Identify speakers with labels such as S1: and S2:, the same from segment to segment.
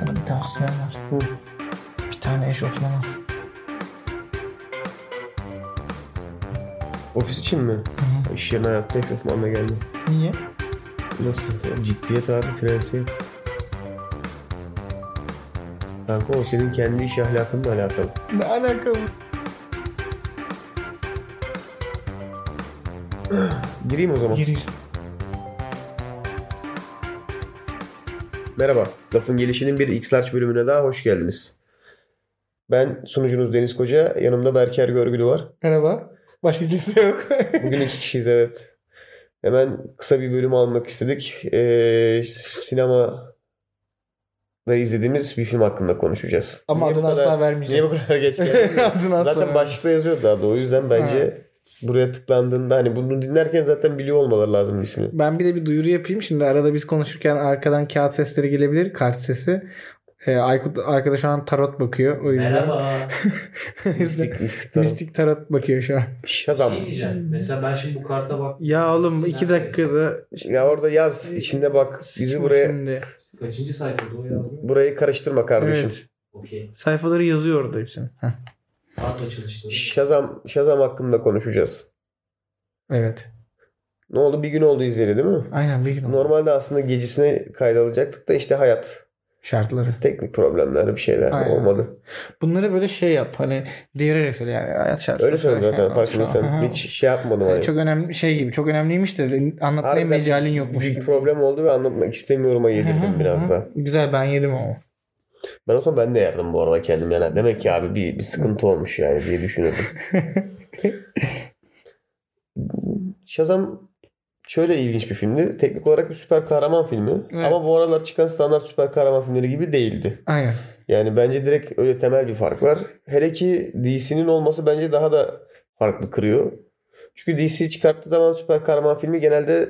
S1: Sana bir tavsiyem var. Bir tane eşofman al.
S2: Ofis için mi? İş yerine hayatta eşofmanla gelme.
S1: Niye?
S2: Nasıl? Ya Ciddiyet abi prensip. Kanka o senin kendi iş ahlakınla alakalı.
S1: Ne alakalı?
S2: Gireyim o zaman.
S1: Girir.
S2: Merhaba. Lafın Gelişi'nin bir X-Large bölümüne daha hoş geldiniz. Ben sunucunuz Deniz Koca. Yanımda Berker Görgülü var.
S1: Merhaba. Başka kimse yok.
S2: Bugün iki kişiyiz evet. Hemen kısa bir bölüm almak istedik. Ee, sinemada izlediğimiz bir film hakkında konuşacağız.
S1: Ama
S2: Niye bu
S1: adını
S2: kadar-
S1: asla
S2: Niye
S1: vermeyeceğiz.
S2: bu kadar geç geldin?
S1: adını asla
S2: Zaten başlıkta yazıyordu daha da o yüzden bence buraya tıklandığında hani bunu dinlerken zaten biliyor olmaları lazım ismini.
S1: Ben bir de bir duyuru yapayım. Şimdi arada biz konuşurken arkadan kağıt sesleri gelebilir. Kart sesi. Ee, Aykut arkada şu an tarot bakıyor. O yüzden.
S2: Mistik, mistik taraf.
S1: Mistik tarot bakıyor şu an.
S2: Şazam.
S3: Şey diyeceğim. Mesela ben şimdi bu karta bak
S1: Ya oğlum iki
S3: Sinan Bey.
S1: dakikada
S2: Ya orada yaz içinde bak bizi buraya
S1: Şimdi.
S3: kaçıncı sayfada o ya?
S2: burayı karıştırma kardeşim.
S1: Evet.
S3: Okey.
S1: Sayfaları yazıyor orada hepsini. Heh.
S3: Kart açılışları.
S2: Şazam Şazam hakkında konuşacağız.
S1: Evet.
S2: Ne oldu? Bir gün oldu izleri değil mi?
S1: Aynen bir gün oldu.
S2: Normalde aslında gecesine kayda alacaktık da işte hayat,
S1: Şartları.
S2: teknik problemler bir şeyler
S1: Aynen.
S2: olmadı.
S1: Bunları böyle şey yap hani devirerek söyle yani hayat şartları.
S2: Öyle söyledim zaten
S1: Aha.
S2: farkındaysan. Hiç şey yapmadım hani.
S1: Çok önemli şey gibi çok önemliymiş de anlatmaya
S2: Harbiden
S1: mecalin yokmuş
S2: Büyük
S1: gibi.
S2: problem oldu ve anlatmak istemiyorum'a
S1: Hı
S2: yedirdim
S1: hı, hı.
S2: biraz da.
S1: Güzel ben yedim ama.
S2: Ben o zaman ben de yardım bu arada kendim yani. Demek ki abi bir, bir sıkıntı olmuş yani diye düşünürdüm. Shazam şöyle ilginç bir filmdi. Teknik olarak bir süper kahraman filmi.
S1: Evet.
S2: Ama bu aralar çıkan standart süper kahraman filmleri gibi değildi.
S1: Aynen.
S2: Yani bence direkt öyle temel bir fark var. Hele ki DC'nin olması bence daha da farklı kırıyor. Çünkü DC çıkarttığı zaman süper kahraman filmi genelde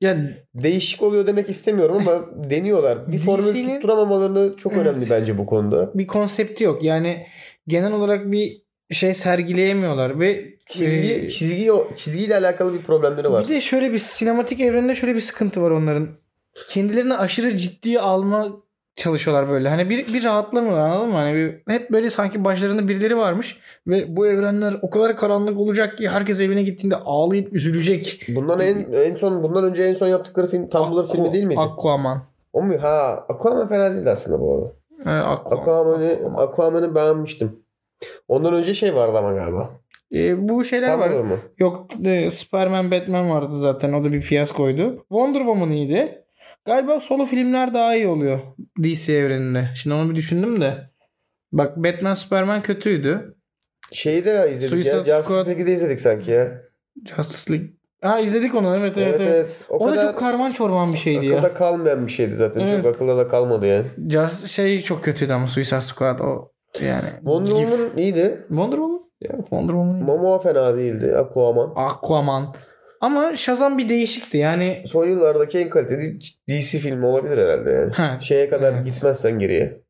S1: Ya
S2: değişik oluyor demek istemiyorum ama deniyorlar. Bir formül
S1: DC'nin
S2: tutturamamaları çok
S1: Evet.
S2: önemli bence bu konuda.
S1: bir konsepti yok yani genel olarak bir şey sergileyemiyorlar ve
S2: Çizgi,
S1: e,
S2: çizgi çizgiyle alakalı bir problemleri var.
S1: Bir de şöyle bir sinematik evrende şöyle bir sıkıntı var onların. Kendilerini aşırı ciddiye alma çalışıyorlar böyle. Hani bir, bir rahatlamıyorlar anladın mı? Hani bir, hep böyle sanki başlarında birileri varmış ve bu evrenler o kadar karanlık olacak ki herkes evine gittiğinde ağlayıp üzülecek.
S2: Bundan en en son bundan önce en son yaptıkları film Tumblr
S1: Aqu-
S2: filmi değil miydi?
S1: Aquaman.
S2: o mu? Ha, Aquaman fena değildi aslında bu arada.
S1: Ee, Aquaman.
S2: Aquaman'ı Aquaman'ı beğenmiştim. Ondan önce şey vardı ama galiba.
S1: Ee, bu şeyler var.
S2: Tumblr mı?
S1: Yok e, Superman Batman vardı zaten. O da bir fiyaskoydu. Wonder Woman iyiydi. Galiba solo filmler daha iyi oluyor DC evreninde. Şimdi onu bir düşündüm de. Bak Batman Superman kötüydü.
S2: Şeyi de izledik
S1: Suicide
S2: ya.
S1: Squad.
S2: Justice League'i izledik sanki ya. Evet
S1: Justice League. Ha izledik onu evet evet.
S2: evet.
S1: evet.
S2: O,
S1: O, da
S2: kadar
S1: çok karman çorman bir şeydi
S2: akılda
S1: ya.
S2: kalmayan bir şeydi zaten.
S1: Evet.
S2: Çok akılda da kalmadı yani.
S1: Just, şey çok kötüydü ama Suicide Squad o yani.
S2: Wonder
S1: Gif.
S2: Woman iyiydi.
S1: Wonder Woman? Ya, Wonder Woman.
S2: Momoa fena değildi. Aquaman.
S1: Aquaman. Ama Shazam bir değişikti yani.
S2: Son yıllardaki en kaliteli DC filmi olabilir herhalde yani.
S1: Ha,
S2: Şeye kadar
S1: Evet.
S2: gitmezsen geriye.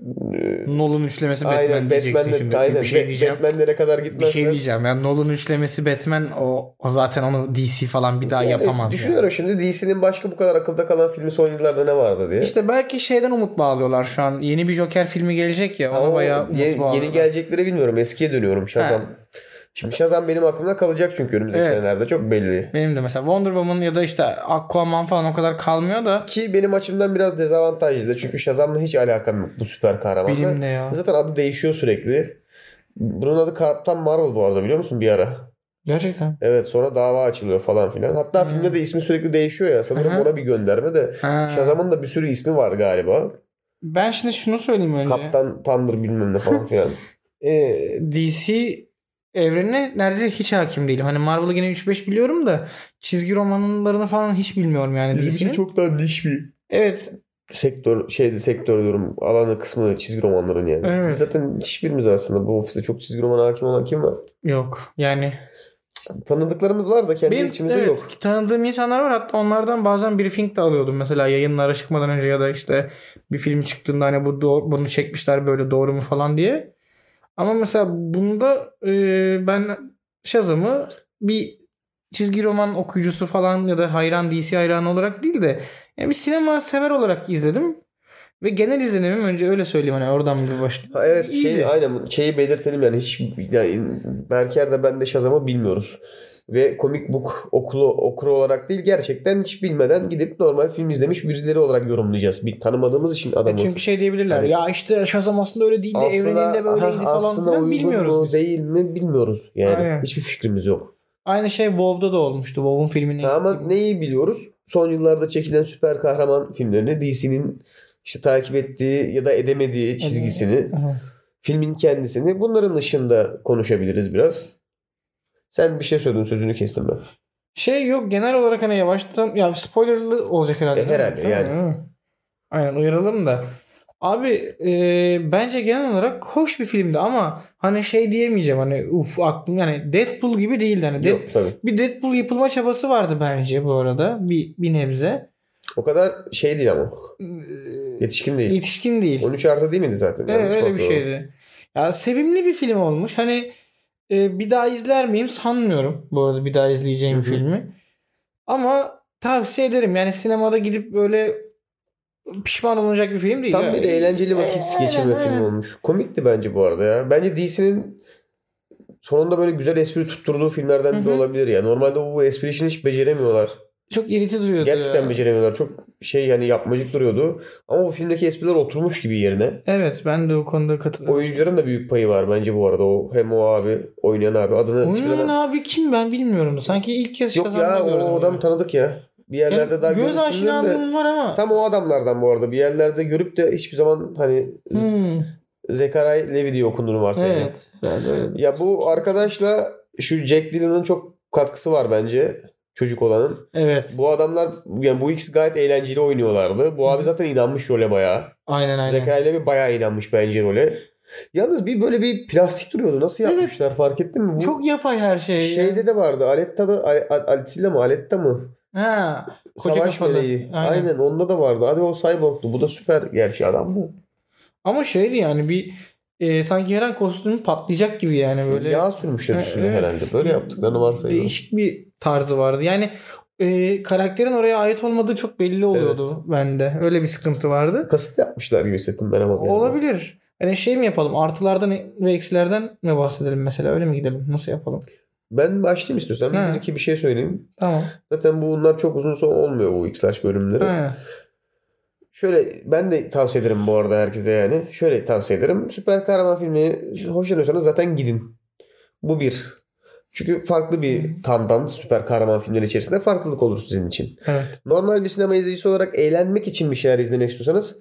S2: Ee,
S1: Nolan üçlemesi Batman
S2: aynen
S1: diyeceksin
S2: Batman'le
S1: şimdi.
S2: aynen,
S1: bir şey
S2: Bat-
S1: diyeceğim.
S2: Batman'lere kadar
S1: Bir
S2: gitmezsen.
S1: şey diyeceğim. Yani Nolan üçlemesi Batman o, o zaten onu DC falan bir daha
S2: Yani
S1: yapamaz.
S2: e, Düşünüyorum şimdi DC'nin başka bu kadar akılda kalan filmi son yıllarda ne vardı diye.
S1: Yani. İşte belki şeyden umut bağlıyorlar şu an. Yeni bir Joker filmi gelecek ya. Ona
S2: Ama
S1: bayağı
S2: ye-
S1: umut
S2: yeni,
S1: bağlıyorlar.
S2: gelecekleri bilmiyorum. Eskiye dönüyorum Shazam.
S1: Ha.
S2: Şimdi Shazam benim aklımda kalacak çünkü önümüzdeki
S1: Evet.
S2: senelerde çok belli.
S1: Benim de mesela Wonder Woman ya da işte Aquaman falan o kadar kalmıyor da.
S2: Ki benim açımdan biraz dezavantajlı da çünkü Shazam'la hiç alakam yok bu süper kahramanla.
S1: Benim de ya.
S2: Zaten adı değişiyor sürekli. Bunun adı Kaptan Marvel bu arada biliyor musun bir ara?
S1: Gerçekten.
S2: Evet sonra dava açılıyor falan filan. Hatta
S1: Hmm.
S2: filmde de ismi sürekli değişiyor ya. Sanırım
S1: Aha.
S2: ona bir gönderme de.
S1: Ha.
S2: Shazam'ın da bir sürü ismi var galiba.
S1: Ben şimdi şunu söyleyeyim önce.
S2: Kaptan Thunder bilmem ne falan filan.
S1: Ee, DC evrenine neredeyse hiç hakim değilim. Hani Marvel'ı yine 3-5 biliyorum da çizgi romanlarını falan hiç bilmiyorum yani DC'nin.
S2: çok daha niş bir
S1: Evet.
S2: sektör şeydi sektör diyorum alanı kısmı çizgi romanların yani.
S1: Evet.
S2: Zaten hiçbirimiz aslında bu ofiste çok çizgi roman hakim olan kim var?
S1: Yok. Yani
S2: Tanıdıklarımız var da kendi
S1: Benim-
S2: içimizde
S1: evet,
S2: yok.
S1: Tanıdığım insanlar var. Hatta onlardan bazen briefing de alıyordum. Mesela yayınlara çıkmadan önce ya da işte bir film çıktığında hani bu doğ- bunu çekmişler böyle doğru mu falan diye. Ama mesela bunda e, ben Shazam'ı bir çizgi roman okuyucusu falan ya da hayran DC hayranı olarak değil de yani bir sinema sever olarak izledim. Ve genel izlenimim önce öyle söyleyeyim hani oradan bir başlayayım.
S2: Ha, evet
S1: İyiydi.
S2: şey, aynen şeyi belirtelim yani hiç yani Berker de ben de Shazam'ı bilmiyoruz. Ve comic book okulu okuru olarak değil gerçekten hiç bilmeden gidip normal film izlemiş birileri olarak yorumlayacağız. Bir tanımadığımız için adamı.
S1: Çünkü şey diyebilirler
S2: Yani-
S1: ya işte Shazam aslında öyle değildi evreninde böyleydi
S2: ha,
S1: falan
S2: aslında
S1: filan
S2: uygun
S1: bilmiyoruz
S2: mu
S1: biz.
S2: değil mi bilmiyoruz. Yani
S1: Aynen.
S2: hiçbir fikrimiz yok.
S1: Aynı şey WoW'da da olmuştu WoW'un filmini.
S2: Ha, ama neyi biliyoruz? Son yıllarda çekilen süper kahraman filmlerini DC'nin işte takip ettiği ya da edemediği çizgisini
S1: Evet.
S2: filmin kendisini bunların dışında konuşabiliriz biraz. Sen bir şey söyledin sözünü kestim ben.
S1: Şey yok genel olarak hani yavaştan ya spoilerlı olacak herhalde.
S2: E,
S1: değil mi?
S2: herhalde
S1: Değil mi?
S2: yani.
S1: Değil mi? Aynen uyaralım da. Abi e, bence genel olarak hoş bir filmdi ama hani şey diyemeyeceğim hani uf aklım yani Deadpool gibi değildi hani.
S2: Yok
S1: Dead-
S2: tabii.
S1: bir Deadpool yapılma çabası vardı bence bu arada bir, bir nebze.
S2: O kadar şey değil ama.
S1: E,
S2: Yetişkin değil.
S1: Yetişkin değil.
S2: 13 artı değil miydi zaten?
S1: Evet,
S2: Yanlış
S1: öyle bir
S2: hatırlıyorum.
S1: şeydi. Ya sevimli bir film olmuş. Hani e, bir daha izler miyim sanmıyorum. Bu arada bir daha izleyeceğim
S2: Hı hı.
S1: filmi. Ama tavsiye ederim. Yani sinemada gidip böyle pişman olunacak bir film değil.
S2: Tam
S1: ya.
S2: bir eğlenceli vakit
S1: Aynen,
S2: geçirme
S1: aynen.
S2: filmi olmuş. Komikti bence bu arada ya. Bence DC'nin sonunda böyle güzel espri tutturduğu filmlerden
S1: Hı
S2: biri
S1: hı.
S2: olabilir ya. Normalde bu espri işini hiç beceremiyorlar.
S1: Çok iriti duruyordu.
S2: Gerçekten
S1: ya.
S2: beceremiyorlar. Çok şey yani yapmacık duruyordu. Ama bu filmdeki espriler oturmuş gibi yerine.
S1: Evet ben de o konuda katılıyorum.
S2: Oyuncuların da büyük payı var bence bu arada. O hem o abi oynayan abi adını hiçbir
S1: Oynayan
S2: zaman-
S1: abi kim ben bilmiyorum. Sanki ilk kez
S2: Yok
S1: Shazam'da
S2: ya
S1: gördüm
S2: o
S1: onu.
S2: adam tanıdık ya. Bir
S1: Yani
S2: yerlerde daha
S1: göz
S2: görmüşsündür de.
S1: aşinalığım var ama.
S2: Tam o adamlardan bu arada. Bir yerlerde görüp de hiçbir zaman hani
S1: Hmm,
S2: Zekaray Levi diye okunduğunu varsayalım.
S1: evet. Ben de öyle-
S2: Ya bu arkadaşla şu Jack Dylan'ın çok katkısı var bence. Çocuk olanın.
S1: Evet.
S2: Bu adamlar yani bu ikisi gayet eğlenceli oynuyorlardı. Bu abi zaten inanmış role bayağı.
S1: Aynen aynen.
S2: Zekaray Levi bayağı inanmış bence role. Yalnız bir böyle bir plastik duruyordu. Nasıl
S1: Evet.
S2: yapmışlar fark ettin mi? Bu
S1: Çok yapay her şey. ya.
S2: Şeyde de vardı. Aletta'da Al- Al- Altilla mı? Aletta mı?
S1: Ha. Koca
S2: Savaş
S1: kafalı.
S2: meleği.
S1: Aynen.
S2: Aynen. onda da vardı. Hadi o cyborg'tu. Bu da süper gerçi adam bu.
S1: Ama şeydi yani bir e, sanki her an kostümü patlayacak gibi yani böyle.
S2: Yağ sürmüşler
S1: Ha,
S2: üstüne
S1: evet.
S2: herhalde. Böyle yaptıklarını varsayıyorum.
S1: Değişik bir tarzı vardı. Yani e, karakterin oraya ait olmadığı çok belli oluyordu bende. Öyle bir sıkıntı vardı.
S2: Kasıt yapmışlar gibi hissettim ben ama. bir yandan.
S1: Olabilir. Hani şey mi yapalım? Artılardan ve eksilerden mi bahsedelim mesela? Öyle mi gidelim? Nasıl yapalım?
S2: Ben başlayayım istiyorsan.
S1: Ha.
S2: Bir iki bir şey söyleyeyim.
S1: Tamam.
S2: Zaten bunlar çok uzun son olmuyor bu X-Lash bölümleri.
S1: Aynen.
S2: Şöyle ben de tavsiye ederim bu arada herkese yani. Şöyle tavsiye ederim. Süper kahraman filmi hoşlanıyorsanız zaten gidin. Bu bir. Çünkü farklı bir tandan süper kahraman filmleri içerisinde farklılık olur sizin için.
S1: Evet.
S2: Normal bir sinema izleyicisi olarak eğlenmek için bir şeyler izlemek istiyorsanız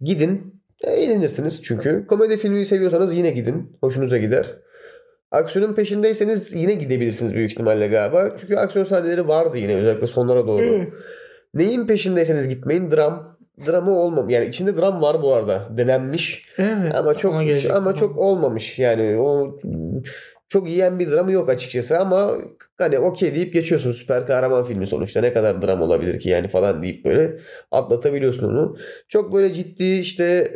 S2: gidin. e, Eğlenirsiniz çünkü. Komedi filmi seviyorsanız yine gidin. Hoşunuza gider. Aksiyonun peşindeyseniz yine gidebilirsiniz büyük ihtimalle galiba. Çünkü aksiyon sahneleri vardı yine özellikle sonlara doğru.
S1: Evet.
S2: Neyin peşindeyseniz gitmeyin. Dram dramı olmam. Yani içinde dram var bu arada. Denenmiş
S1: Evet.
S2: ama çok
S1: Ona gelecek.
S2: ama çok olmamış. Yani o çok yiyen bir dramı yok açıkçası ama hani okey deyip geçiyorsun süper kahraman filmi sonuçta ne kadar dram olabilir ki yani falan deyip böyle atlatabiliyorsun onu. Çok böyle ciddi işte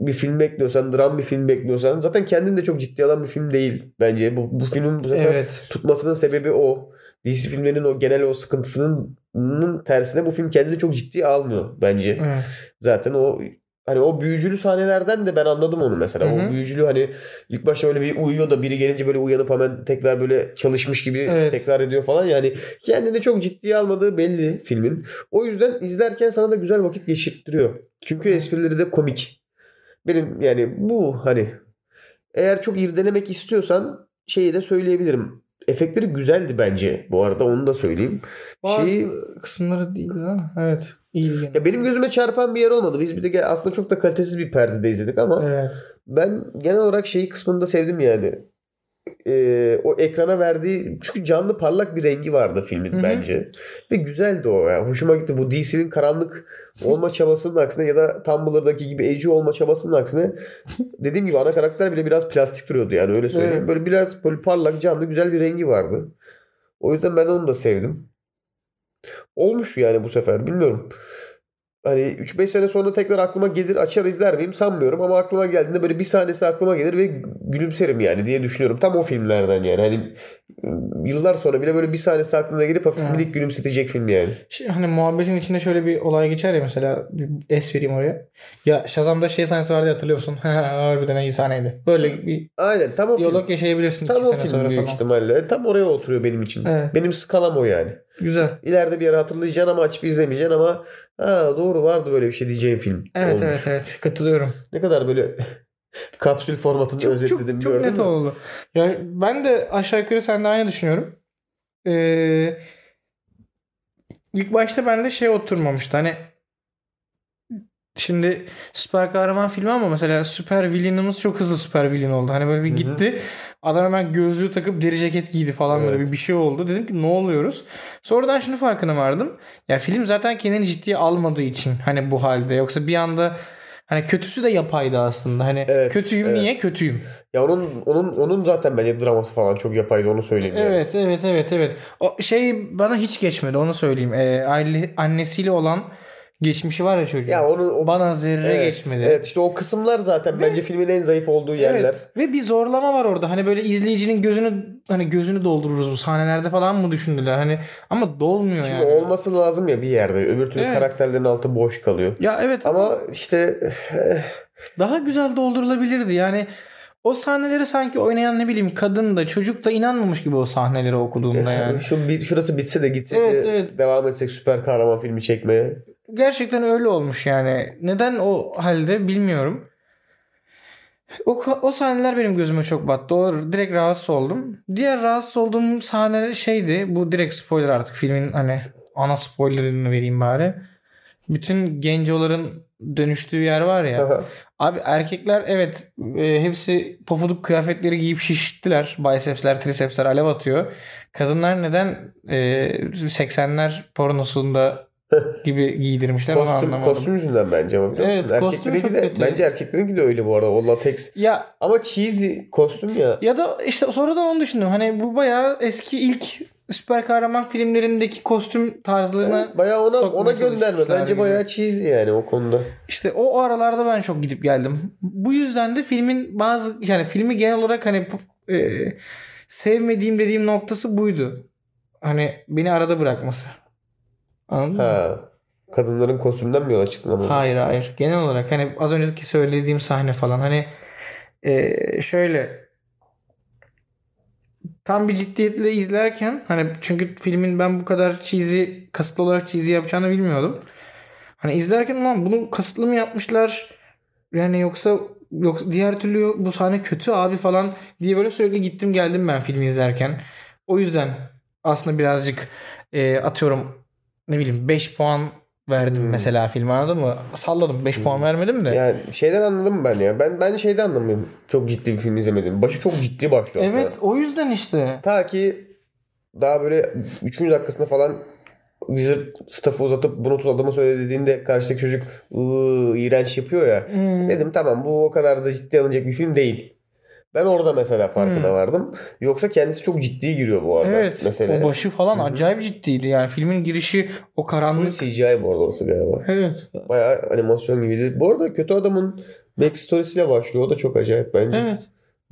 S2: bir film bekliyorsan, dram bir film bekliyorsan zaten kendin de çok ciddi alan bir film değil bence. Bu, bu filmin bu sefer
S1: Evet.
S2: tutmasının sebebi o. DC filmlerinin o genel o sıkıntısının nın tersine bu film kendini çok ciddiye almıyor bence.
S1: Evet.
S2: Zaten o hani o büyücülü sahnelerden de ben anladım onu mesela.
S1: Hı hı.
S2: O büyücülü hani ilk başta böyle bir uyuyor da biri gelince böyle uyanıp hemen tekrar böyle çalışmış gibi
S1: Evet.
S2: tekrar ediyor falan. Yani kendini çok ciddiye almadığı belli filmin. O yüzden izlerken sana da güzel vakit geçirttiriyor. Çünkü esprileri de komik. Benim yani bu hani eğer çok irdelemek istiyorsan şeyi de söyleyebilirim. Efektleri güzeldi bence bu arada onu da söyleyeyim.
S1: Bazı
S2: Şeyi-
S1: kısımları değil ama evet. İyi gene.
S2: Ya benim gözüme çarpan bir yer olmadı. Biz bir de ge- aslında çok da kalitesiz bir perdede izledik ama
S1: Evet.
S2: ben genel olarak şeyi kısmında sevdim yani. Ee, o ekrana verdiği çünkü canlı parlak bir rengi vardı filmin
S1: Hı hı.
S2: bence. Ve güzeldi o ya. Hoşuma gitti. Bu DC'nin karanlık olma çabasının aksine ya da Tumblr'daki gibi edgy olma çabasının aksine dediğim gibi ana karakter bile biraz plastik duruyordu yani öyle söyleyeyim.
S1: Evet.
S2: Böyle biraz böyle parlak canlı güzel bir rengi vardı. O yüzden ben onu da sevdim. Olmuş yani bu sefer bilmiyorum. hani 3-5 sene sonra tekrar aklıma gelir açar izler miyim sanmıyorum ama aklıma geldiğinde böyle bir sahnesi aklıma gelir ve gülümserim yani diye düşünüyorum. Tam o filmlerden yani hani e, yıllar sonra bile böyle bir sahnesi aklına gelip hafif
S1: Evet.
S2: minik gülümsetecek film yani.
S1: Şey, hani muhabbetin içinde şöyle bir olay geçer ya mesela bir es vereyim oraya. Ya Shazam'da şey sahnesi vardı ya, hatırlıyor musun? Harbiden iyi sahneydi. Böyle bir
S2: Aynen tam o film.
S1: diyalog yaşayabilirsin
S2: Tam
S1: iki
S2: o
S1: sene
S2: film
S1: sonra
S2: büyük
S1: falan.
S2: ihtimalle. Tam oraya oturuyor benim için.
S1: Evet.
S2: Benim skalam o yani.
S1: Güzel.
S2: İleride bir yere hatırlayacaksın ama açıp izlemeyeceksin ama ha doğru vardı böyle bir şey diyeceğin film.
S1: Evet
S2: olmuş.
S1: evet evet katılıyorum.
S2: Ne kadar böyle kapsül formatında
S1: Çok, çok,
S2: özetledim
S1: çok
S2: gördün
S1: net
S2: mü?
S1: oldu. Yani ben de aşağı yukarı sen de aynı düşünüyorum. Ee, ilk başta bende şey oturmamıştı. Hani şimdi süper kahraman filmi ama mesela süper villainımız çok hızlı süper villain oldu. Hani böyle bir
S2: Hı hı.
S1: gitti. Adam hemen gözlüğü takıp deri ceket giydi falan böyle
S2: Evet.
S1: bir, bir şey oldu. Dedim ki ne oluyoruz? Sonradan şunu farkına vardım. Ya film zaten kendini ciddiye almadığı için hani bu halde. Yoksa bir anda hani kötüsü de yapaydı aslında. Hani
S2: Evet,
S1: kötüyüm
S2: evet.
S1: niye kötüyüm?
S2: Ya onun onun onun zaten bence draması falan çok yapaydı onu söyleyeyim. yani.
S1: Evet evet evet evet. O şey bana hiç geçmedi onu söyleyeyim. Ee, aile annesiyle olan geçmişi var ya çocuğun.
S2: Ya onu o
S1: bana zerre
S2: evet,
S1: geçmedi.
S2: Evet işte o kısımlar zaten bence filmin en zayıf olduğu yerler.
S1: Evet. Ve bir zorlama var orada. Hani böyle izleyicinin gözünü hani gözünü doldururuz bu sahnelerde falan mı düşündüler? Hani ama dolmuyor
S2: Şimdi
S1: yani.
S2: olması lazım ya bir yerde. Öbür türlü
S1: Evet.
S2: karakterlerin altı boş kalıyor.
S1: Ya evet
S2: Ama işte
S1: daha güzel doldurulabilirdi. Yani o sahneleri sanki oynayan ne bileyim kadın da çocuk da inanmamış gibi o sahneleri okuduğunda yani.
S2: şu bir- şurası bitse de gitsek
S1: Evet,
S2: de
S1: evet.
S2: devam etsek süper kahraman filmi çekmeye.
S1: Gerçekten öyle olmuş yani. Neden o halde bilmiyorum. O, o sahneler benim gözüme çok battı. O direkt rahatsız oldum. Diğer rahatsız olduğum sahne şeydi. Bu direkt spoiler artık filmin hani ana spoilerını vereyim bari. Bütün gencoların dönüştüğü yer var ya. Abi erkekler evet e, hepsi pofuduk kıyafetleri giyip şiştiler. Bicepsler, trisepsler alev atıyor. Kadınlar neden e, 80'ler pornosunda gibi giydirmişler onu
S2: kostüm,
S1: anlamadım.
S2: kostüm yüzünden bence ama biliyor
S1: Evet,
S2: musun?
S1: kostüm çok
S2: Erkeklerinki de,
S1: kötü.
S2: bence erkeklerinki de öyle bu arada. O latex.
S1: Ya
S2: Ama cheesy kostüm ya.
S1: ya da işte sonradan onu düşündüm. Hani bu bayağı eski ilk süper kahraman filmlerindeki kostüm tarzlarına
S2: Evet, bayağı ona
S1: sokmaya
S2: ona gönderme.
S1: çalışmışlar
S2: Bence
S1: gibi.
S2: bayağı cheesy yani o konuda.
S1: İşte o, o aralarda ben çok gidip geldim. Bu yüzden de filmin bazı yani filmi genel olarak hani e, sevmediğim dediğim noktası buydu. Hani beni arada bırakması. Anladın mı?
S2: Ha. Kadınların kostümden mi yola çıktın ama?
S1: Hayır hayır. Genel olarak hani az önceki söylediğim sahne falan hani e, şöyle tam bir ciddiyetle izlerken hani çünkü filmin ben bu kadar cheesy kasıtlı olarak cheesy yapacağını bilmiyordum. Hani izlerken ulan bunu kasıtlı mı yapmışlar? Yani yoksa yok diğer türlü yok, bu sahne kötü abi falan diye böyle sürekli gittim geldim ben filmi izlerken. O yüzden aslında birazcık e, atıyorum ne bileyim 5 puan verdim
S2: Hmm.
S1: mesela filme anladın mı? Salladım 5 puan vermedim de.
S2: Yani şeyden anladım ben ya. Ben ben şeyden anlamıyorum. Çok ciddi bir film izlemedim. Başı çok ciddi başlıyor aslında.
S1: evet o yüzden işte.
S2: Ta ki daha böyle 3. dakikasında falan Wizard staff'ı uzatıp bunu tut adamı söyle dediğinde karşıdaki çocuk "Iıı, iğrenç yapıyor ya.
S1: Hmm.
S2: Dedim tamam bu o kadar da ciddi alınacak bir film değil. Ben orada mesela farkına
S1: Hmm.
S2: vardım. Yoksa kendisi çok ciddi giriyor bu arada.
S1: Evet
S2: Mesela.
S1: o başı falan
S2: Hı hı.
S1: acayip ciddiydi yani filmin girişi o
S2: Bu
S1: karanlık.
S2: CGI bu arada orası galiba.
S1: Evet.
S2: Bayağı animasyon gibiydi. Bu arada kötü adamın backstory'siyle başlıyor. O da çok acayip bence.
S1: Evet.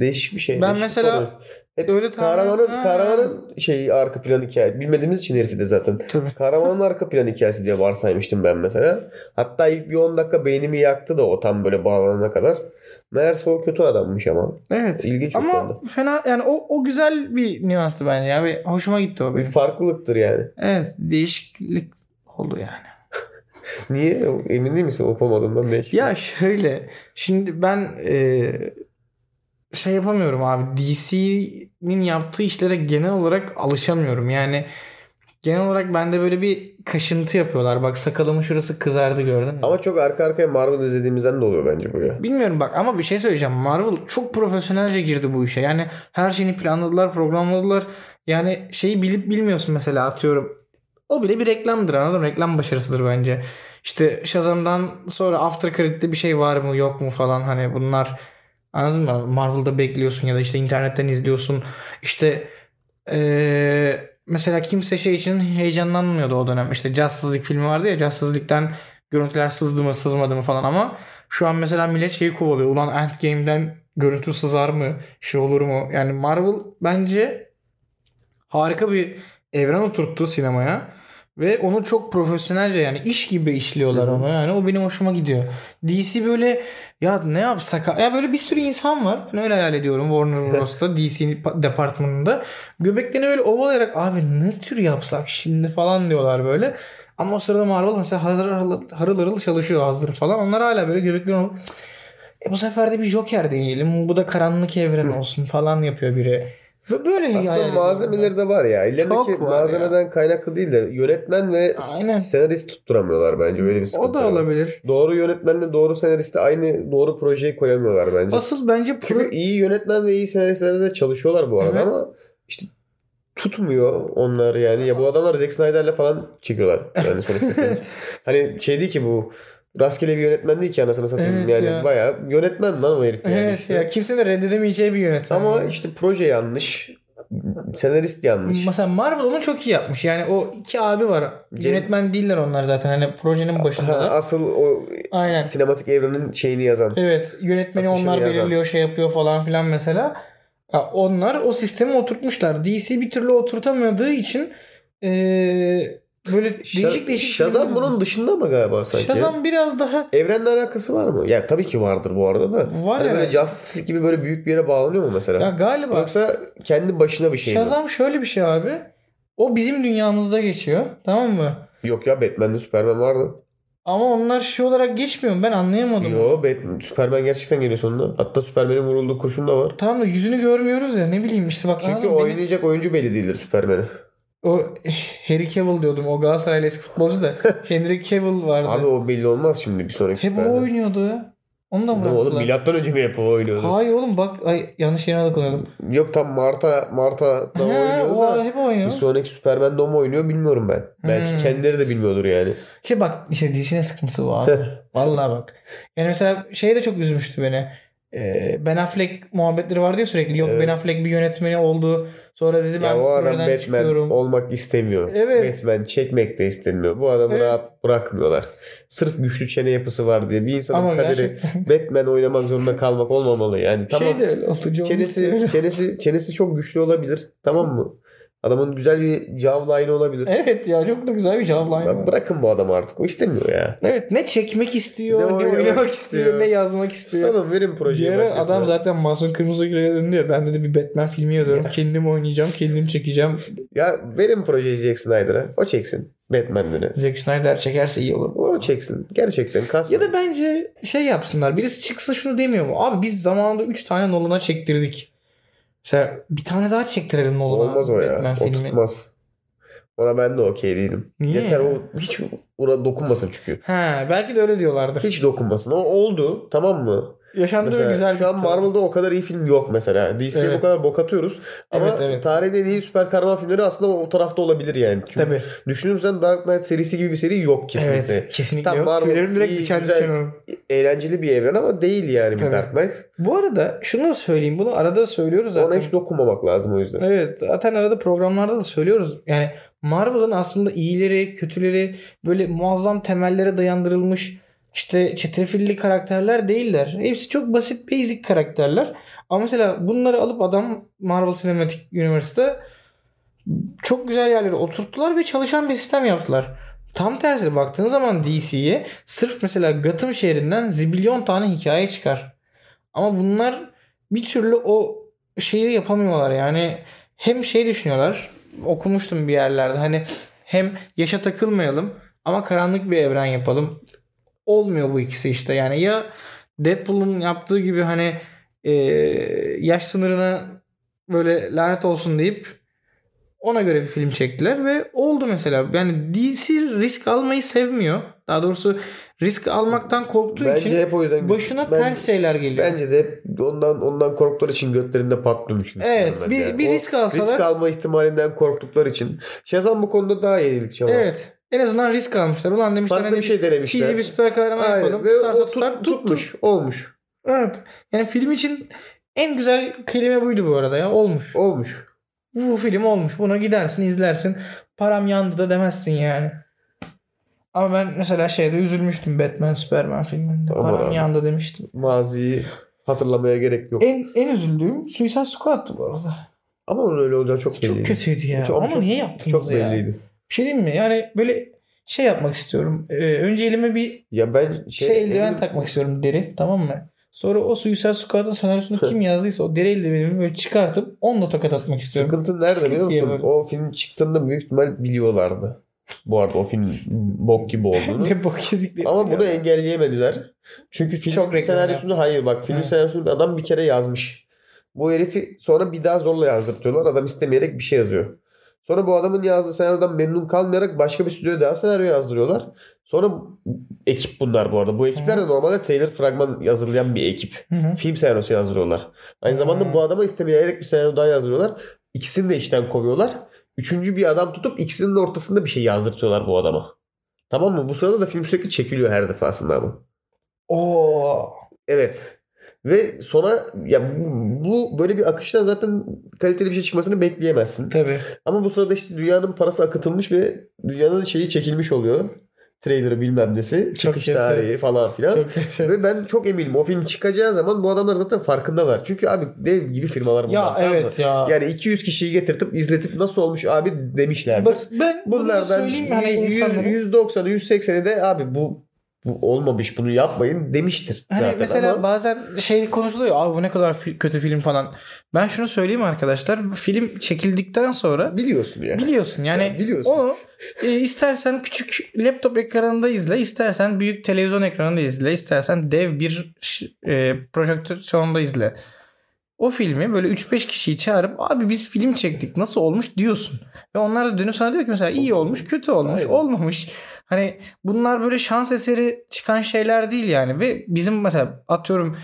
S2: Değişik bir şey.
S1: Ben
S2: değişik bir
S1: mesela
S2: olay. Hep
S1: öyle tahmin-
S2: kahramanın,
S1: Ha.
S2: kahramanın şeyi arka plan hikaye. Bilmediğimiz için herifi de zaten.
S1: Tabii.
S2: Kahramanın arka plan hikayesi diye varsaymıştım ben mesela. Hatta ilk bir 10 dakika beynimi yaktı da o tam böyle bağlanana kadar. Meğerse o kötü adammış ama.
S1: Evet.
S2: İlginç bir
S1: Ama
S2: konuda.
S1: fena yani o, o güzel bir nüanstı bence ya. Bir hoşuma gitti o
S2: Bir
S1: benim.
S2: farklılıktır yani.
S1: Evet değişiklik oldu yani.
S2: Niye? Emin değil misin? Okumadığından değişik.
S1: Ya şöyle şimdi ben e, şey yapamıyorum abi DC'nin yaptığı işlere genel olarak alışamıyorum. Yani genel olarak bende böyle bir kaşıntı yapıyorlar. Bak sakalımın şurası kızardı gördün mü?
S2: Ama çok arka arkaya Marvel izlediğimizden de oluyor bence bu ya.
S1: Bilmiyorum bak ama bir şey söyleyeceğim. Marvel çok profesyonelce girdi bu işe. Yani her şeyini planladılar, programladılar. Yani şeyi bilip bilmiyorsun mesela atıyorum. O bile bir reklamdır anladın mı? Reklam başarısıdır bence. İşte Shazam'dan sonra After Credit'te bir şey var mı yok mu falan hani bunlar anladın mı? Marvel'da bekliyorsun ya da işte internetten izliyorsun. İşte eee, mesela kimse şey için heyecanlanmıyordu o dönem. İşte Justice League filmi vardı ya Justice League'den Görüntüler sızdı mı sızmadı mı falan ama şu an mesela millet şeyi kovalıyor. Ulan Endgame'den görüntü sızar mı? Şey olur mu? Yani Marvel bence harika bir evren oturttu sinemaya. Ve onu çok profesyonelce yani iş gibi işliyorlar
S2: Hı hı.
S1: onu. Yani o benim hoşuma gidiyor. DC böyle ya ne yapsak ya böyle bir sürü insan var. Ben öyle hayal ediyorum Warner Bros'ta DC departmanında. Göbeklerini böyle ovalayarak abi ne tür yapsak şimdi falan diyorlar böyle. Ama o sırada Marvel mesela hazır harıl harıl, harıl çalışıyor hazır falan. Onlar hala böyle göbeklerini ovalayıp, "Cık, e bu sefer de bir Joker deneyelim. Bu da karanlık evren olsun falan yapıyor biri. Ve Böyle
S2: Aslında
S1: hikayeler.
S2: malzemeleri de var ya. İlerindeki
S1: Çok var
S2: malzemeden kaynaklı değil de yönetmen ve
S1: Aynen.
S2: senarist tutturamıyorlar bence. Öyle Hani bir sıkıntı
S1: O da
S2: var.
S1: olabilir.
S2: Doğru yönetmenle doğru senariste aynı doğru projeyi koyamıyorlar bence.
S1: Asıl bence pro-
S2: Çünkü iyi yönetmen ve iyi senaristler de çalışıyorlar bu arada
S1: Evet.
S2: ama işte tutmuyor onlar yani. Ya bu adamlar Zack Snyder'le falan çekiyorlar yani sonuçta. film. hani şey değil ki bu rastgele bir yönetmen değil ki anasını satayım.
S1: Evet
S2: yani
S1: ya.
S2: bayağı yönetmen lan o herif yani.
S1: evet
S2: işte.
S1: ya kimsenin de reddedemeyeceği bir yönetmen.
S2: Ama
S1: Yani.
S2: işte proje yanlış. Senarist yanlış.
S1: Mesela Marvel onu çok iyi yapmış. Yani o iki abi var.
S2: Cem-
S1: Yönetmen değiller onlar zaten. Hani projenin
S2: Ha,
S1: başında.
S2: asıl o
S1: Aynen.
S2: sinematik evrenin şeyini yazan.
S1: Evet. Yönetmeni
S2: Akışını
S1: onlar
S2: yazan.
S1: belirliyor, şey yapıyor falan filan mesela. Ya onlar o sistemi oturtmuşlar. DC bir türlü oturtamadığı için eee, böyle
S2: Şa-
S1: değişik değişik
S2: Shazam
S1: filmler-
S2: bunun dışında mı galiba sanki?
S1: Shazam biraz daha
S2: Evrenle alakası var mı? Ya tabii ki vardır bu arada da.
S1: Var
S2: hani böyle
S1: herhalde.
S2: Justice League gibi böyle büyük bir yere bağlanıyor mu mesela?
S1: ya galiba
S2: Yoksa kendi başına bir şey mi?
S1: Shazam şöyle bir şey abi. O bizim dünyamızda geçiyor. Tamam mı?
S2: Yok ya Batman'de Superman vardı.
S1: Ama onlar şey olarak geçmiyor mu? Ben anlayamadım.
S2: Yo Batman, Superman gerçekten geliyor sonunda. Hatta Superman'in vurulduğu kurşun da var.
S1: Tamam da yüzünü görmüyoruz ya ne bileyim işte bak.
S2: Çünkü
S1: anladın mı? Benim-
S2: oynayacak oyuncu belli değildir Superman'e.
S1: O Harry Cavill diyordum. O Galatasaraylı eski futbolcu da Henry Cavill vardı.
S2: Abi o belli olmaz şimdi bir sonraki
S1: Hep o
S2: Superman.
S1: oynuyordu. ya. Onu da mı
S2: Ne oğlum
S1: bıraktılar?
S2: milattan önce mi hep o oynuyordu?
S1: Hayır oğlum bak ay yanlış yerine de koyalım.
S2: Yok tam Marta Marta da
S1: He,
S2: oynuyordu
S1: o
S2: da.
S1: hep
S2: Bir
S1: oynuyor.
S2: sonraki Superman'de o mu oynuyor bilmiyorum ben. Belki
S1: Hmm.
S2: kendileri de bilmiyordur yani.
S1: Şey bak işte DC'nin sıkıntısı bu abi. Vallahi bak. Yani mesela şey de çok üzmüştü beni. Ee, Ben Affleck muhabbetleri vardı ya sürekli. Yok
S2: Evet.
S1: Ben Affleck bir yönetmeni oldu. Sonra dedi ben
S2: ya o adam
S1: projeden
S2: Batman
S1: çıkıyorum.
S2: olmak istemiyor.
S1: Evet.
S2: Batman çekmek de istemiyor. Bu adamı
S1: Evet.
S2: rahat bırakmıyorlar. Sırf güçlü çene yapısı var diye bir insanın
S1: Ama
S2: kaderi Batman oynamak zorunda kalmak olmamalı yani. Tamam.
S1: Şey de öyle oldu. John
S2: çenesi
S1: Wick.
S2: çenesi çenesi çok güçlü olabilir. Tamam mı? Adamın güzel bir jawline olabilir.
S1: Evet ya çok da güzel bir cevap line var.
S2: Lan Bırakın bu adamı artık. O istemiyor ya.
S1: Evet ne çekmek istiyor,
S2: Ne
S1: ne,
S2: oynamak
S1: oynamak, istiyor,
S2: istiyor.
S1: ne yazmak istiyor.
S2: Salın verin
S1: Bir
S2: projeyi.
S1: ara
S2: başkasına.
S1: adam zaten Masum Kırmızıgül'e döndü ya. Ben dedi bir Batman filmi yazıyorum.
S2: Ya.
S1: Kendim oynayacağım, kendim çekeceğim.
S2: Ya verin projeyi Zack Snyder'a. O çeksin. Batman'leri.
S1: Zack Snyder çekerse iyi olur.
S2: O çeksin. Gerçekten kasma.
S1: Ya da bence şey yapsınlar. Birisi çıksın şunu demiyor mu? Abi biz zamanında 3 tane Nolan'a çektirdik. Mesela bir tane daha çektirelim Nolan'a.
S2: Olmaz o ya.
S1: Batman
S2: o
S1: filmi.
S2: tutmaz. Ona ben de okey değilim.
S1: Niye?
S2: Yeter o hiç ura dokunmasın çünkü.
S1: Ha, belki de öyle diyorlardır.
S2: Hiç dokunmasın. O oldu tamam mı?
S1: Yaşandı ve
S2: Mesela
S1: güzel
S2: şu an
S1: bitti.
S2: Marvel'da o kadar iyi film yok mesela. DC'ye
S1: Evet.
S2: bu kadar bok atıyoruz. Ama
S1: Evet, evet.
S2: tarihin en iyi süper kahraman filmleri aslında o tarafta olabilir yani. Çünkü
S1: Tabii.
S2: Düşünürsen Dark Knight serisi gibi bir seri yok kesinlikle.
S1: Evet. Kesinlikle
S2: Tam
S1: yok.
S2: Marvel
S1: Tüylerim direkt
S2: iyi,
S1: diken
S2: güzel.
S1: diken oldu.
S2: Eğlenceli bir evren ama değil yani bir
S1: Tabii.
S2: Dark Knight.
S1: Bu arada şunu da söyleyeyim. Bunu arada söylüyoruz zaten.
S2: Ona hiç dokunmamak lazım o yüzden.
S1: Evet zaten arada programlarda da söylüyoruz. Yani Marvel'ın aslında iyileri, kötüleri böyle muazzam temellere dayandırılmış işte çetrefilli karakterler değiller. Hepsi çok basit basic karakterler. Ama mesela bunları alıp adam Marvel Cinematic Universe'da çok güzel yerlere oturttular ve çalışan bir sistem yaptılar. Tam tersine baktığın zaman DC'ye sırf mesela Gotham şehrinden zibilyon tane hikaye çıkar. Ama bunlar bir türlü o şeyi yapamıyorlar yani hem şey düşünüyorlar okumuştum bir yerlerde hani hem yaşa takılmayalım ama karanlık bir evren yapalım olmuyor bu ikisi işte yani ya Deadpool'un yaptığı gibi hani e, yaş sınırına böyle lanet olsun deyip ona göre bir film çektiler ve oldu mesela. Yani DC risk almayı sevmiyor. Daha doğrusu risk almaktan korktuğu
S2: Bence
S1: için
S2: hep o yüzden
S1: başına
S2: Ben-
S1: ters şeyler geliyor.
S2: Bence de hep ondan ondan korktukları için götlerinde patlıyormuş gibi.
S1: Evet,
S2: düşünüyorum ben
S1: bir- bir
S2: O
S1: risk alsalar-
S2: Risk alma ihtimalinden korktukları için. Shazam bu konuda daha yenilikçi ama.
S1: Evet. En azından risk almışlar. Ulan demişler
S2: Farklı
S1: hani
S2: bir şey denemişler.
S1: cheesy bir süper kahraman
S2: Aynen.
S1: yapalım.
S2: Ve
S1: Tutarsa
S2: o tut-
S1: tutar, tuttu.
S2: tutmuş. Olmuş.
S1: Evet. Yani film için en güzel kelime buydu bu arada ya. Olmuş.
S2: Olmuş.
S1: Bu film olmuş. Buna gidersin izlersin. Param yandı da demezsin yani. Ama ben mesela şeyde üzülmüştüm Batman Superman filminde.
S2: Aman
S1: Param
S2: abi.
S1: yandı demiştim.
S2: Maziyi hatırlamaya gerek yok.
S1: En, en üzüldüğüm Suicide Squad'tı bu arada.
S2: Ama onun öyle olacağı çok belliydi.
S1: Çok kötüydü ya.
S2: Çok-
S1: Ama
S2: çok-
S1: niye yaptınız
S2: Çok
S1: ya?
S2: belliydi.
S1: Bir şey diyeyim mi? Yani böyle şey yapmak istiyorum. Ee, önce elime bir
S2: Ya ben şey,
S1: şey, eldiven
S2: emin-
S1: takmak istiyorum deri. Tamam mı? Sonra o Suicide Squad'ın senaryosunu kim yazdıysa o deri eldivenimi böyle çıkartıp onunla tokat atmak istiyorum.
S2: Sıkıntı nerede
S1: Sık
S2: biliyor
S1: diye
S2: musun?
S1: böyle.
S2: O film çıktığında büyük ihtimal biliyorlardı. Bu arada o film bok gibi olduğunu.
S1: Ne bok yedikleri.
S2: Ama bunu engelleyemediler. Çünkü film
S1: Çok reklam
S2: senaryosunu hayır bak film
S1: Evet.
S2: senaryosunu adam bir kere yazmış. Bu herifi sonra bir daha zorla yazdırtıyorlar. Adam istemeyerek bir şey yazıyor. Sonra bu adamın yazdığı senaryodan memnun kalmayarak başka bir stüdyoya daha senaryo yazdırıyorlar. Sonra ekip bunlar bu arada. Bu ekipler de normalde trailer fragman yazılayan bir ekip
S1: Hı hı.
S2: film senaryosu yazdırıyorlar. Aynı zamanda
S1: Hmm.
S2: bu adama istemeyerek bir senaryo daha yazdırıyorlar. İkisini de işten kovuyorlar. Üçüncü bir adam tutup ikisinin de ortasında bir şey yazdırtıyorlar bu adama. Tamam mı? Bu sırada da film sürekli çekiliyor her defasında ama.
S1: Oo.
S2: Evet. Ve sona ya bu, bu böyle bir akıştan zaten kaliteli bir şey çıkmasını bekleyemezsin.
S1: Tabii.
S2: Ama bu sırada işte dünyanın parası akıtılmış ve dünyanın şeyi çekilmiş oluyor. Trailer'ı bilmem nesi. Çıkış
S1: kötü.
S2: tarihi falan filan.
S1: Çok kötü.
S2: Ve ben çok eminim o film çıkacağı zaman bu adamlar zaten farkındalar. Çünkü abi dev gibi firmalar bunlar.
S1: Ya
S2: tamam mı?
S1: evet ya.
S2: Yani 200 kişiyi getirtip izletip nasıl olmuş abi demişler.
S1: Bak ben bunlardan
S2: Bunlardan
S1: söyleyeyim mi? hani insanlara.
S2: 190'ı 180'i de abi bu, bu olmamış bunu yapmayın demiştir
S1: Hani
S2: zaten
S1: mesela
S2: ama
S1: bazen şey konuşuluyor. Abi bu ne kadar fi- kötü film falan. Ben şunu söyleyeyim arkadaşlar. bu Film çekildikten sonra
S2: biliyorsun ya.
S1: biliyorsun yani
S2: Ya biliyorsun.
S1: onu e, istersen küçük laptop ekranında izle, istersen büyük televizyon ekranında izle, istersen dev bir ş- e, projeksiyonda izle. O filmi böyle 3-5 kişiyi çağırıp abi biz film çektik nasıl olmuş diyorsun. Ve onlar da dönüp sana diyor ki mesela iyi olmuş, kötü olmuş,
S2: Aynen.
S1: olmamış. Hani bunlar böyle şans eseri çıkan şeyler değil yani. Ve bizim mesela atıyorum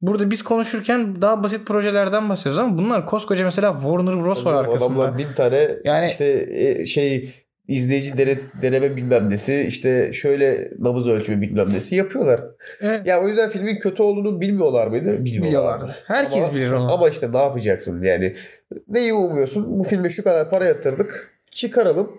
S1: burada biz konuşurken daha basit projelerden bahsediyoruz ama bunlar koskoca mesela Warner Bros var arkasında.
S2: Adamlar bin tane
S1: Yani-
S2: işte e, şey izleyici dene, deneme bilmem nesi işte şöyle nabız ölçümü bilmem nesi yapıyorlar.
S1: Evet.
S2: Ya o yüzden filmin kötü olduğunu bilmiyorlar mıydı?
S1: biliyorlardı. Herkes
S2: Ama-
S1: bilir onu.
S2: Ama işte ne yapacaksın yani? Neyi umuyorsun? Bu filme şu kadar para yatırdık. Çıkaralım.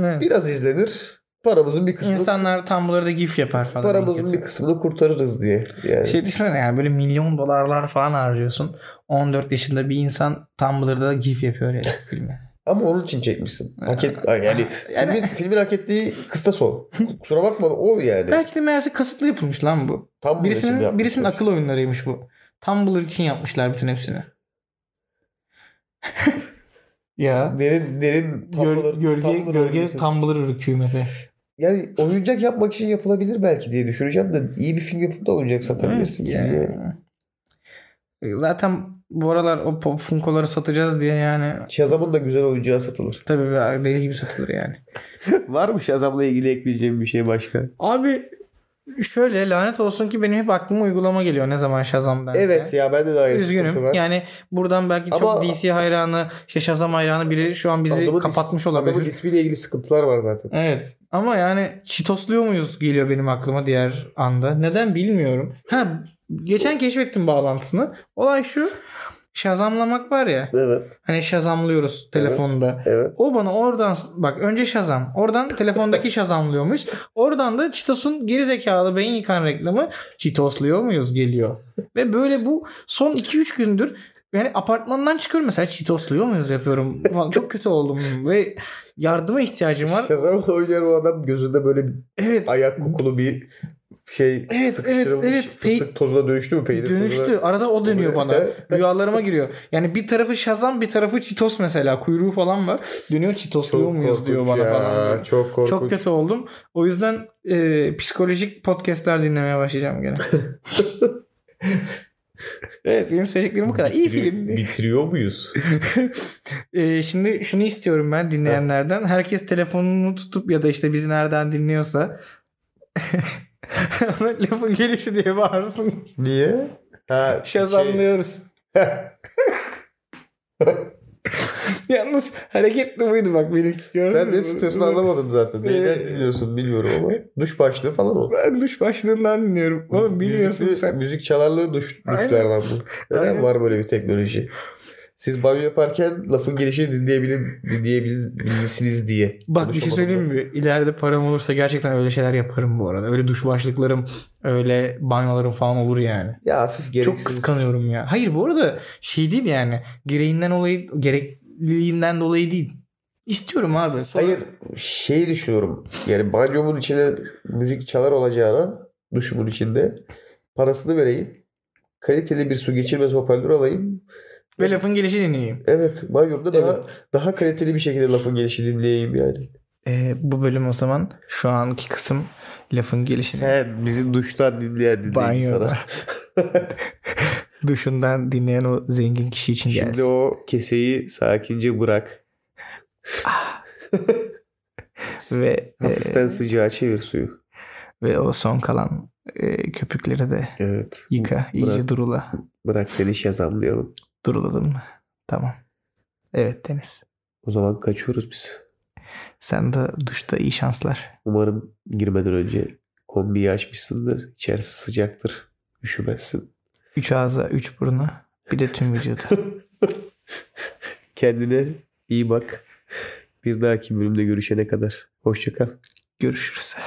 S1: Evet.
S2: Biraz izlenir. Paramızın bir kısmını
S1: İnsanlar Tumblr'da gif yapar falan.
S2: paramızın bir
S1: Herkes.
S2: kısmını kurtarırız diye. Yani
S1: Şey düşünsene yani böyle milyon dolarlar falan harcıyorsun. 14 yaşında bir insan Tumblr'da gif yapıyor ya filme.
S2: ama onun için çekmişsin. Hak et yani,
S1: Yani-
S2: filmin, filmin hak ettiği kıstas o. Kusura bakma o yani.
S1: Belki de meğerse kasıtlı yapılmış lan bu.
S2: Tam bunun için
S1: Birisinin,
S2: yapmışlar.
S1: birisinin akıl oyunlarıymış bu. Tumblr için yapmışlar bütün hepsini. ya.
S2: derin derin
S1: Göl-
S2: tablolar-
S1: gölge
S2: tablolar
S1: gölge
S2: oynuyorsun.
S1: Tumblr hükümeti.
S2: yani oyuncak yapmak için yapılabilir belki diye düşüneceğim de iyi bir film yapıp da oyuncak satabilirsin.
S1: Evet,
S2: gibi yani.
S1: yani. Zaten bu aralar o pop funkoları satacağız diye yani
S2: Shazam'ın da güzel oyuncağı satılır.
S1: Tabii be, deli gibi satılır yani.
S2: Var mı Shazam'la ilgili ekleyeceğim bir şey başka?
S1: Abi şöyle lanet olsun ki benim hep aklıma uygulama geliyor ne zaman Shazam dense.
S2: Evet ya bende de aynı sıkıntı
S1: Üzgünüm.
S2: var.
S1: Yani buradan belki
S2: Ama-
S1: çok DC hayranı, işte Shazam hayranı biri şu an bizi
S2: Adamın
S1: kapatmış
S2: is- Adamın
S1: olabilir.
S2: ismiyle ilgili sıkıntılar var zaten.
S1: Evet. Ama yani çitosluyor muyuz geliyor benim aklıma diğer anda. Neden bilmiyorum. Ha geçen keşfettim bağlantısını. Olay şu. Şazamlamak var ya.
S2: Evet.
S1: Hani şazamlıyoruz telefonda.
S2: Evet.
S1: O bana oradan bak önce Shazam. Oradan telefondaki Shazam'lıyormuş. Oradan da Cheetos'un geri zekalı beyin yıkan reklamı Cheetos'luyor muyuz geliyor. Ve böyle bu son 2-3 gündür yani apartmandan çıkıyorum mesela Cheetos'luyor muyuz yapıyorum falan. Çok kötü oldum ve yardıma ihtiyacım var.
S2: Shazam oynayan o adam gözünde böyle bir
S1: Evet.
S2: ayak kokulu bir şey
S1: Evet,
S2: sıkıştırılmış
S1: evet, evet. Pey-
S2: fıstık tozuna dönüştü mü peynir
S1: Dönüştü.
S2: tozuna?
S1: Arada o dönüyor bana.
S2: Evet.
S1: Rüyalarıma giriyor. Yani bir tarafı Shazam bir tarafı Cheetos mesela. Kuyruğu falan var. Dönüyor Cheetos'luyor
S2: Çok
S1: muyuz
S2: korkunç
S1: diyor bana
S2: ya,
S1: falan. böyle.
S2: Çok korkunç.
S1: Çok kötü oldum. O yüzden e, psikolojik podcastler dinlemeye başlayacağım gene. evet benim söyleyeceklerim bu kadar. İyi film.
S2: Bitiriyor muyuz?
S1: E, şimdi şunu istiyorum ben dinleyenlerden. Herkes telefonunu tutup ya da işte bizi nereden dinliyorsa ona lafın gelişi diye bağırsın.
S2: Niye? Ha, şey,
S1: Şazamlıyoruz. Yalnız hareketli buydu bak benimki.
S2: şey-
S1: gördün
S2: sen de
S1: mü?
S2: tutuyorsun anlamadım zaten. Neyden
S1: Ee,
S2: dinliyorsun bilmiyorum ama. Duş başlığı falan o.
S1: Ben duş başlığından dinliyorum. Oğlum bilmiyorsun
S2: Müzikli-
S1: sen.
S2: Müzik çalarlığı duş,
S1: Aynen.
S2: duşlardan bu. Neden
S1: Aynen.
S2: var böyle bir teknoloji? Siz banyo yaparken lafın gelişini dinleyebilin, dinleyebilirsiniz diye.
S1: Bak bir şey
S2: Konuşamadım
S1: söyleyeyim
S2: da.
S1: mi? İleride param olursa gerçekten öyle şeyler yaparım bu arada. Öyle duş başlıklarım, öyle banyolarım falan olur yani.
S2: Ya hafif gereksiz.
S1: Çok kıskanıyorum ya. Hayır bu arada şey değil yani. Gereğinden olayı, gerekliliğinden dolayı değil. İstiyorum abi. Sonra-
S2: Hayır şeyi düşünüyorum. Yani banyomun içine müzik çalar olacağına duşumun içinde parasını vereyim. Kaliteli bir su geçirmez hoparlör alayım.
S1: Ve lafın gelişi dinleyeyim.
S2: Evet banyomda daha
S3: Evet.
S2: daha kaliteli bir şekilde lafın gelişi dinleyeyim yani.
S1: Ee, bu bölüm o zaman şu anki kısım lafın gelişini.
S2: Sen bizi duştan dinleyen dinleyici
S1: Banyoda.
S2: sana.
S1: Duşundan dinleyen o zengin kişi için gelsin.
S2: Şimdi o keseyi sakince bırak.
S1: Ve, e,
S2: Hafiften sıcağa çevir suyu.
S1: ve o son kalan e, köpükleri de
S2: Evet.
S1: yıka. iyice durula.
S2: Bırak seni şazamlayalım.
S1: Duruladın mı? Tamam. Evet Deniz.
S2: O zaman kaçıyoruz biz.
S1: Sen de duşta iyi şanslar.
S2: Umarım girmeden önce kombiyi açmışsındır. İçerisi sıcaktır. Üşümezsin.
S1: Üç ağza, üç buruna, bir de tüm vücuda.
S2: Kendine iyi bak. Bir dahaki bölümde görüşene kadar. Hoşçakal.
S1: Görüşürüz.